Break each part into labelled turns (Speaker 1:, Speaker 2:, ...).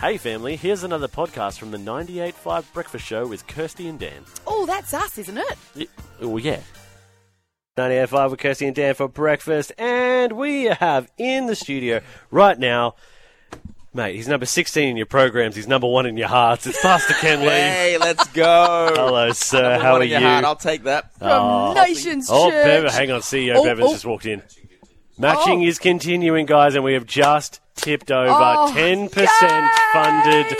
Speaker 1: Hey, family, here's another podcast from the 98.5 Breakfast Show with Kirsty and Dan.
Speaker 2: Oh, that's us, isn't it?
Speaker 1: Y- Oh, yeah. 98.5 with Kirsty and Dan for breakfast. And we have in the studio right now, mate, he's number 16 in your programs. He's number one in your hearts. It's Pastor Ken Lee.
Speaker 3: Hey, let's go.
Speaker 1: Hello, sir. How
Speaker 3: One
Speaker 1: are
Speaker 3: in your
Speaker 1: you? Uh,
Speaker 3: heart, I'll take that.
Speaker 2: From Nations
Speaker 1: Oh,
Speaker 2: Church.
Speaker 1: Bevan, hang on. CEO
Speaker 2: Oh,
Speaker 1: Bevins
Speaker 2: oh.
Speaker 1: just walked in. Matching
Speaker 2: Oh.
Speaker 1: is continuing, guys, and we have just tipped over
Speaker 2: Oh,
Speaker 1: 10% funded.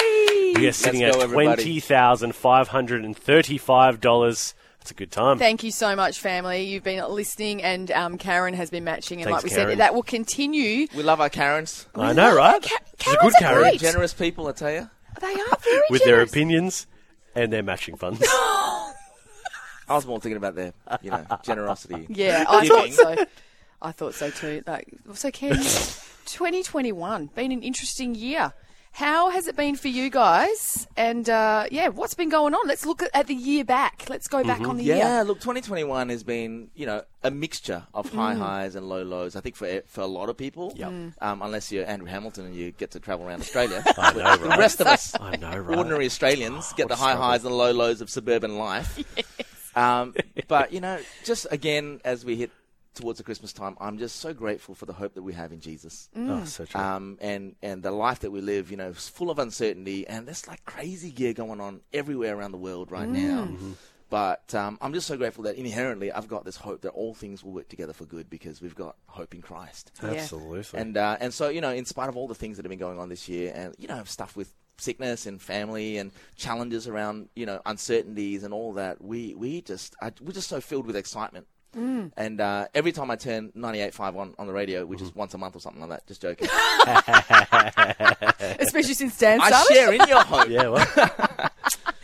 Speaker 1: We are sitting
Speaker 3: Let's go,
Speaker 1: at
Speaker 3: everybody.
Speaker 1: $20,535. That's a good time.
Speaker 2: Thank you so much, family. You've been listening, and um, Karen has been matching, and
Speaker 1: Thanks,
Speaker 2: like we
Speaker 1: Karen.
Speaker 2: said, that will continue.
Speaker 3: We love our Karens.
Speaker 1: I know, right?
Speaker 2: Ca-
Speaker 1: She's a
Speaker 2: Karen's
Speaker 1: good
Speaker 2: a
Speaker 1: Karen.
Speaker 2: great-
Speaker 3: Generous people, I tell you.
Speaker 2: They are very
Speaker 1: With their
Speaker 2: generous.
Speaker 1: opinions and their matching funds.
Speaker 3: I was more thinking about their, you know, generosity.
Speaker 2: Yeah, I thought
Speaker 3: Giving.
Speaker 2: so. I thought so too. Like, so Ken, 2021 been an interesting year. How has it been for you guys? And uh, yeah, what's been going on? Let's look at, at the year back. Let's go
Speaker 1: Mm-hmm.
Speaker 2: back on the
Speaker 3: Yeah,
Speaker 2: year.
Speaker 3: look, 2021 has been, you know, a mixture of high highs and low lows. I think for for a lot of people,
Speaker 1: Mm. Yep. Mm.
Speaker 3: um, unless you're Andrew Hamilton and you get to travel around Australia,
Speaker 1: I know, right?
Speaker 3: the rest of us,
Speaker 1: I know, right?
Speaker 3: ordinary Australians, get
Speaker 1: what a
Speaker 3: the high
Speaker 1: struggle.
Speaker 3: highs and low lows of suburban life. Um, but you know, just again, as we hit towards the Christmas time, I'm just so grateful for the hope that we have in Jesus.
Speaker 1: Oh,
Speaker 2: Mm.
Speaker 1: so true.
Speaker 3: um, and and the life that we live, you know, is full of uncertainty, and there's like crazy gear going on everywhere around the world
Speaker 1: Mm.
Speaker 3: right now.
Speaker 1: Mm-hmm.
Speaker 3: But um, I'm just so grateful that inherently I've got this hope that all things will work together for good because we've got hope in Christ.
Speaker 1: Absolutely.
Speaker 3: And uh, and so you know, in spite of all the things that have been going on this year, and you know, stuff with sickness and family and challenges around you know uncertainties and all that, we we just I, we're just so filled with excitement.
Speaker 2: Mm.
Speaker 3: And uh, every time I turn 98.5 on, on the radio, which
Speaker 2: Mm-hmm.
Speaker 3: is once a month or something like that, just joking,
Speaker 2: Especially since Dan
Speaker 3: I
Speaker 2: started.
Speaker 3: share in your hope.
Speaker 1: yeah, well,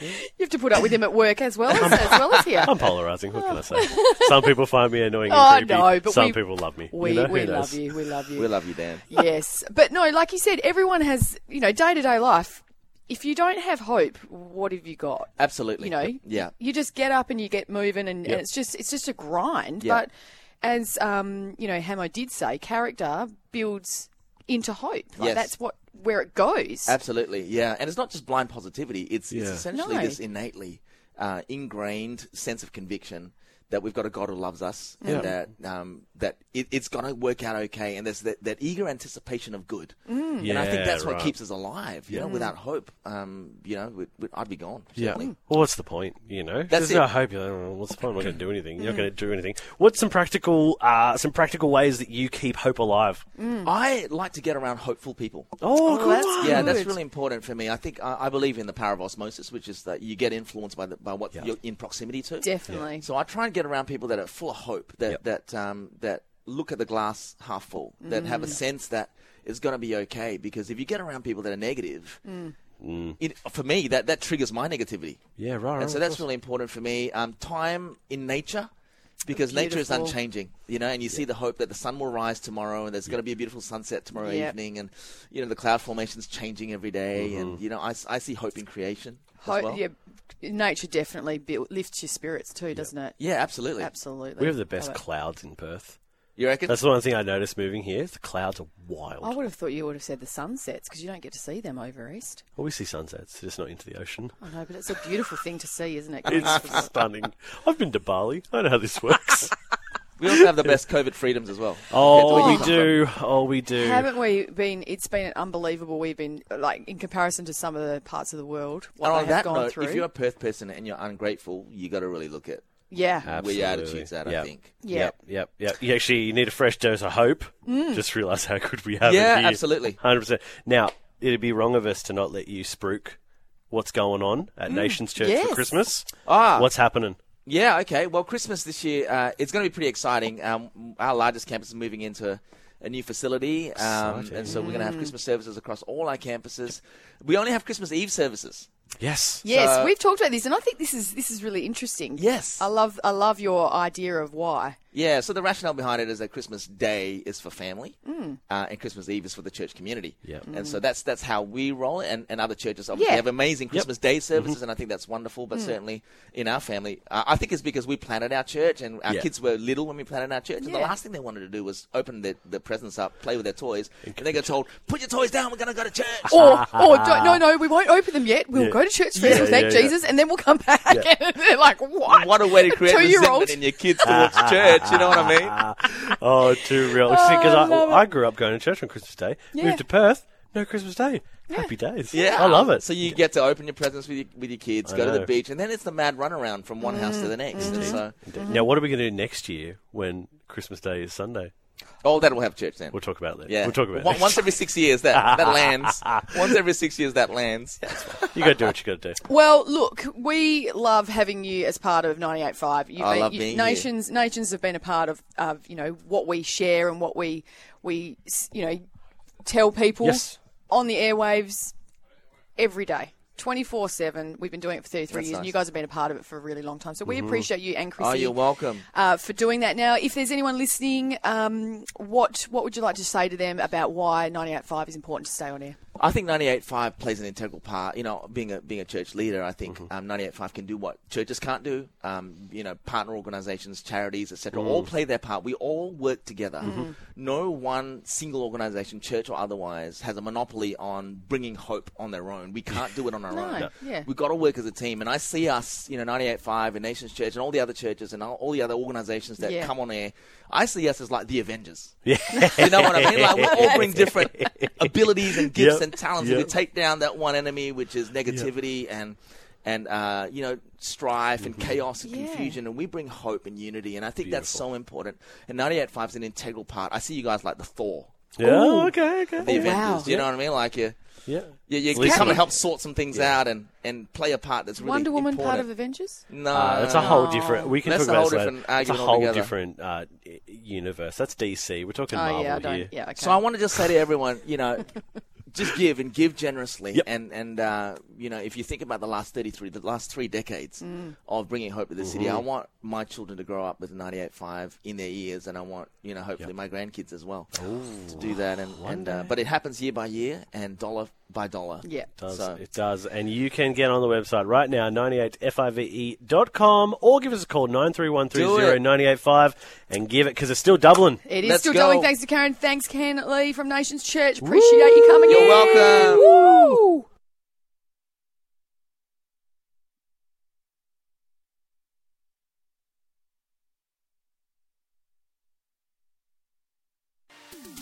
Speaker 2: You have to put up with him at work as well as, as, well as here.
Speaker 1: I'm polarizing. What can I say? Some people find me annoying
Speaker 2: Oh,
Speaker 1: and creepy.
Speaker 2: no, but
Speaker 1: Some
Speaker 2: we-
Speaker 1: people love me.
Speaker 2: We,
Speaker 1: you know, who
Speaker 2: we
Speaker 1: knows?
Speaker 2: love you. We love you.
Speaker 3: We love you, Dan.
Speaker 2: yes. But no, like you said, everyone has, you know, day to day life. If you don't have hope, what have you got?
Speaker 3: Absolutely.
Speaker 2: you know
Speaker 3: Yeah.
Speaker 2: you just get up and you get moving and,
Speaker 1: Yep.
Speaker 2: and it's just it's just a grind
Speaker 3: Yeah.
Speaker 2: but as um you know hamo did say character builds into hope like
Speaker 3: Yes.
Speaker 2: that's what where it goes
Speaker 3: Absolutely. Yeah. And it's not just blind positivity. It's it's
Speaker 1: Yeah.
Speaker 3: essentially
Speaker 2: No.
Speaker 3: this innately uh, ingrained sense of conviction that we've got a God who loves us and that um, that it, it's going to work out okay. And there's that, that eager anticipation of good. Mm. and I
Speaker 1: Yeah,
Speaker 3: think that's what
Speaker 1: right.
Speaker 3: keeps us alive. You know, without hope, um, you know, we'd, we'd, I'd be gone.
Speaker 1: Yeah.
Speaker 3: certainly.
Speaker 1: Well, what's the point? You know, there's
Speaker 3: it.
Speaker 1: no hope. You're like, "Oh, what's the point? We're not going to do anything.
Speaker 2: Mm.
Speaker 1: You're not going to do anything. What's some practical, uh, some practical ways that you keep hope alive?
Speaker 2: Mm.
Speaker 3: I like to get around hopeful people.
Speaker 1: Oh, good
Speaker 2: that's
Speaker 1: one.
Speaker 2: good.
Speaker 3: Yeah, that's really important for me. I think I, I believe in the power of osmosis, which is that you get influenced by the, by what
Speaker 1: Yeah.
Speaker 3: you're in proximity to.
Speaker 2: definitely
Speaker 3: So I try and get around people that are full of hope, that
Speaker 1: Yep.
Speaker 3: that um, that look at the glass half full, that have a
Speaker 1: Mm.
Speaker 3: sense that it's going to be okay. Because if you get around people that are negative,
Speaker 1: Mm.
Speaker 3: it, for me that that triggers my negativity.
Speaker 1: Yeah, right. right,
Speaker 3: And so
Speaker 1: of
Speaker 3: that's
Speaker 1: course.
Speaker 3: really important for me. Um, time in nature, because nature is
Speaker 2: Beautiful.
Speaker 3: unchanging, you know, and you see the hope that the sun will rise tomorrow and there's going to be a beautiful sunset tomorrow
Speaker 2: Yep.
Speaker 3: evening and, you know, the cloud formation's changing every day And,
Speaker 1: Mm-hmm.
Speaker 3: you know, I, s- I see hope in creation
Speaker 2: hope
Speaker 3: as well.
Speaker 2: yeah nature definitely build, lifts your spirits too doesn't it
Speaker 3: Yeah, absolutely.
Speaker 2: absolutely
Speaker 1: we have the best
Speaker 2: Love it.
Speaker 1: clouds in Perth.
Speaker 3: You reckon?
Speaker 1: That's the one thing I noticed moving here. is The clouds are wild.
Speaker 2: I would have thought you would have said the sunsets because you don't get to see them over east.
Speaker 1: Well, we see sunsets, just not into the ocean.
Speaker 2: I know, but it's a beautiful thing to see, isn't it?
Speaker 1: It's stunning. I've been to Bali. I know how this works.
Speaker 3: we also have the best COVID freedoms as well.
Speaker 1: oh, we
Speaker 3: come
Speaker 1: do. Oh, we do.
Speaker 2: Haven't we been? It's been unbelievable. We've been like in comparison to some of the parts of the world what
Speaker 3: and
Speaker 2: they
Speaker 3: on
Speaker 2: have
Speaker 3: that
Speaker 2: gone
Speaker 3: note,
Speaker 2: through.
Speaker 3: if you're a Perth person and you're ungrateful, you got to really look at
Speaker 2: yeah,
Speaker 3: where your attitude's at,
Speaker 1: Absolutely. Yep.
Speaker 3: I think.
Speaker 1: Yep, yep, yep. You actually you need a fresh dose of hope. Just realise how good we have
Speaker 3: Yeah,
Speaker 1: it here.
Speaker 3: absolutely.
Speaker 1: Hundred percent. Now, it'd be wrong of us to not let you spruik what's going on at Nations Church
Speaker 2: yes.
Speaker 1: for Christmas.
Speaker 3: Ah.
Speaker 1: What's happening?
Speaker 3: Yeah, okay. Well, Christmas this year, uh, it's going to be pretty exciting. Um, our largest campus is moving into a new facility, um,
Speaker 1: Exciting.
Speaker 3: and so we're going to
Speaker 2: Mm.
Speaker 3: have Christmas services across all our campuses. We only have Christmas Eve services.
Speaker 1: Yes.
Speaker 2: Yes,
Speaker 3: So-
Speaker 2: we've talked about this, and I think this is this is really interesting.
Speaker 3: uh, Yes.
Speaker 2: I love I love your idea of why.
Speaker 3: Yeah, so the rationale behind it is that Christmas Day is for family,
Speaker 2: Mm.
Speaker 3: uh, and Christmas Eve is for the church community.
Speaker 1: Yep.
Speaker 3: And so that's that's how we roll it. And, and other churches obviously
Speaker 2: Yeah. Mm.
Speaker 3: have amazing Christmas Day services,
Speaker 1: Mm-hmm.
Speaker 3: and I think that's wonderful. But certainly in our family, uh, I think it's because we planted our church, and our
Speaker 1: Yeah.
Speaker 3: kids were little when we planted our church. And the
Speaker 2: Yeah.
Speaker 3: last thing they wanted to do was open the, the presents up, play with their toys, and they got told, "Put your toys down. We're going to go to church."
Speaker 2: Or, or don't, no, no, we won't open them yet. We'll
Speaker 1: Yeah.
Speaker 2: go to church first. we'll
Speaker 1: Yeah, yeah,
Speaker 2: thank
Speaker 1: yeah.
Speaker 2: Jesus, and then we'll come back. And they're like, what?
Speaker 3: What a way to create
Speaker 2: two-year-old.
Speaker 3: resentment in your kids towards church. You know what I mean?
Speaker 1: oh, too real. See, because
Speaker 2: I love it.
Speaker 1: I, I grew up going to church on Christmas Day.
Speaker 2: Yeah.
Speaker 1: Moved to Perth. No Christmas Day. Happy days.
Speaker 3: Yeah,
Speaker 1: I love it.
Speaker 3: So you get to open your presents with your, with your kids,
Speaker 1: I
Speaker 3: go to the
Speaker 1: know. Mm.
Speaker 3: beach, and then it's the mad runaround from one house to the next. And so,
Speaker 2: Mm-hmm.
Speaker 1: Now, what are we going to do next year when Christmas Day is Sunday?
Speaker 3: oh, that will have church then.
Speaker 1: We'll talk about that.
Speaker 3: yeah,
Speaker 1: We'll talk about
Speaker 3: One-
Speaker 1: it.
Speaker 3: once every six years that that lands. Once every six years that lands.
Speaker 1: you got to do what you got to do.
Speaker 2: Well, look, we love having you as part of 98.5. You've
Speaker 3: I
Speaker 2: been,
Speaker 3: love
Speaker 2: you-
Speaker 3: being
Speaker 2: nations, nations have been a part of, of, you know, what we share and what we, we, s- you know, tell people
Speaker 1: Yes.
Speaker 2: on the airwaves every day. 24 7. We've been doing it for 33
Speaker 3: That's
Speaker 2: years, and
Speaker 3: nice.
Speaker 2: you guys have been a part of it for a really long time. So we appreciate you and Chrissy.
Speaker 3: Oh, you're welcome.
Speaker 2: Uh, for doing that. Now, if there's anyone listening, um, what what would you like to say to them about why 98.5 is important to stay on air?
Speaker 3: I think 98.5 plays an integral part. You know, being a being a church leader, I think um, 98.5 can do what churches can't do. Um, you know, partner organisations, charities, etc. All play their part. We all work together.
Speaker 2: Mm-hmm.
Speaker 3: No one single organisation, church or otherwise, has a monopoly on bringing hope on their own. We can't do it on our
Speaker 2: No,
Speaker 3: own.
Speaker 2: No. yeah.
Speaker 3: We've got to work as a team. And I see us, you know, 98.5 and Nations Church and all the other churches and all, all the other organisations that
Speaker 2: Yeah.
Speaker 3: come on air. I see us as like the Avengers.
Speaker 1: Yeah.
Speaker 3: You know what I mean? Like we all bring different abilities and gifts
Speaker 1: Yep,
Speaker 3: and talents.
Speaker 1: yep.
Speaker 3: We take down that one enemy, which is negativity and and uh, you know strife and chaos and
Speaker 2: Yeah.
Speaker 3: confusion, and we bring hope and unity. And I think that's
Speaker 1: Mm-hmm. Beautiful.
Speaker 3: so important. And 98.5 is an integral part. I see you guys like the Thor,
Speaker 1: Yeah. Okay. Okay.
Speaker 2: Oh,
Speaker 3: the Avengers. You
Speaker 1: Yeah.
Speaker 3: know what I mean? Like you,
Speaker 1: Yeah.
Speaker 3: you, you
Speaker 1: Listen.
Speaker 3: come and help sort some things out and and play a part that's really
Speaker 2: Wonder Woman
Speaker 3: important.
Speaker 2: part of Avengers?
Speaker 3: no,
Speaker 1: Uh, that's a whole different. We can
Speaker 3: That's
Speaker 1: talk
Speaker 3: a
Speaker 1: about
Speaker 3: whole
Speaker 1: this later.
Speaker 3: different
Speaker 1: It's a
Speaker 3: argument
Speaker 1: whole
Speaker 3: altogether.
Speaker 1: different uh, i- universe. That's DC. We're talking
Speaker 2: Oh,
Speaker 1: Marvel
Speaker 2: yeah,
Speaker 1: here.
Speaker 2: I don't. Yeah, okay.
Speaker 3: So I want to just say to everyone, you know, just give and give generously.
Speaker 1: Yep.
Speaker 3: And and uh, you know, if you think about the last thirty three, the last three decades of bringing hope to the city, I want my children to grow up with ninety eight five in their ears, and I want you know, hopefully my grandkids as well to do that. And, and uh, but it happens year by year and dollar by dollar.
Speaker 2: Yeah. It
Speaker 1: does.
Speaker 3: So
Speaker 1: It does. And you can get on the website right now, 98five.com, E or give us a call,
Speaker 3: Do it.
Speaker 1: 9313098.5, and give it, because it's still doubling.
Speaker 2: It
Speaker 3: Let's
Speaker 2: is still
Speaker 3: go.
Speaker 2: going. Thanks to Karen. Thanks, Ken Lee from Nations Church. Appreciate you coming
Speaker 3: You're
Speaker 2: in.
Speaker 3: welcome.
Speaker 2: Woo!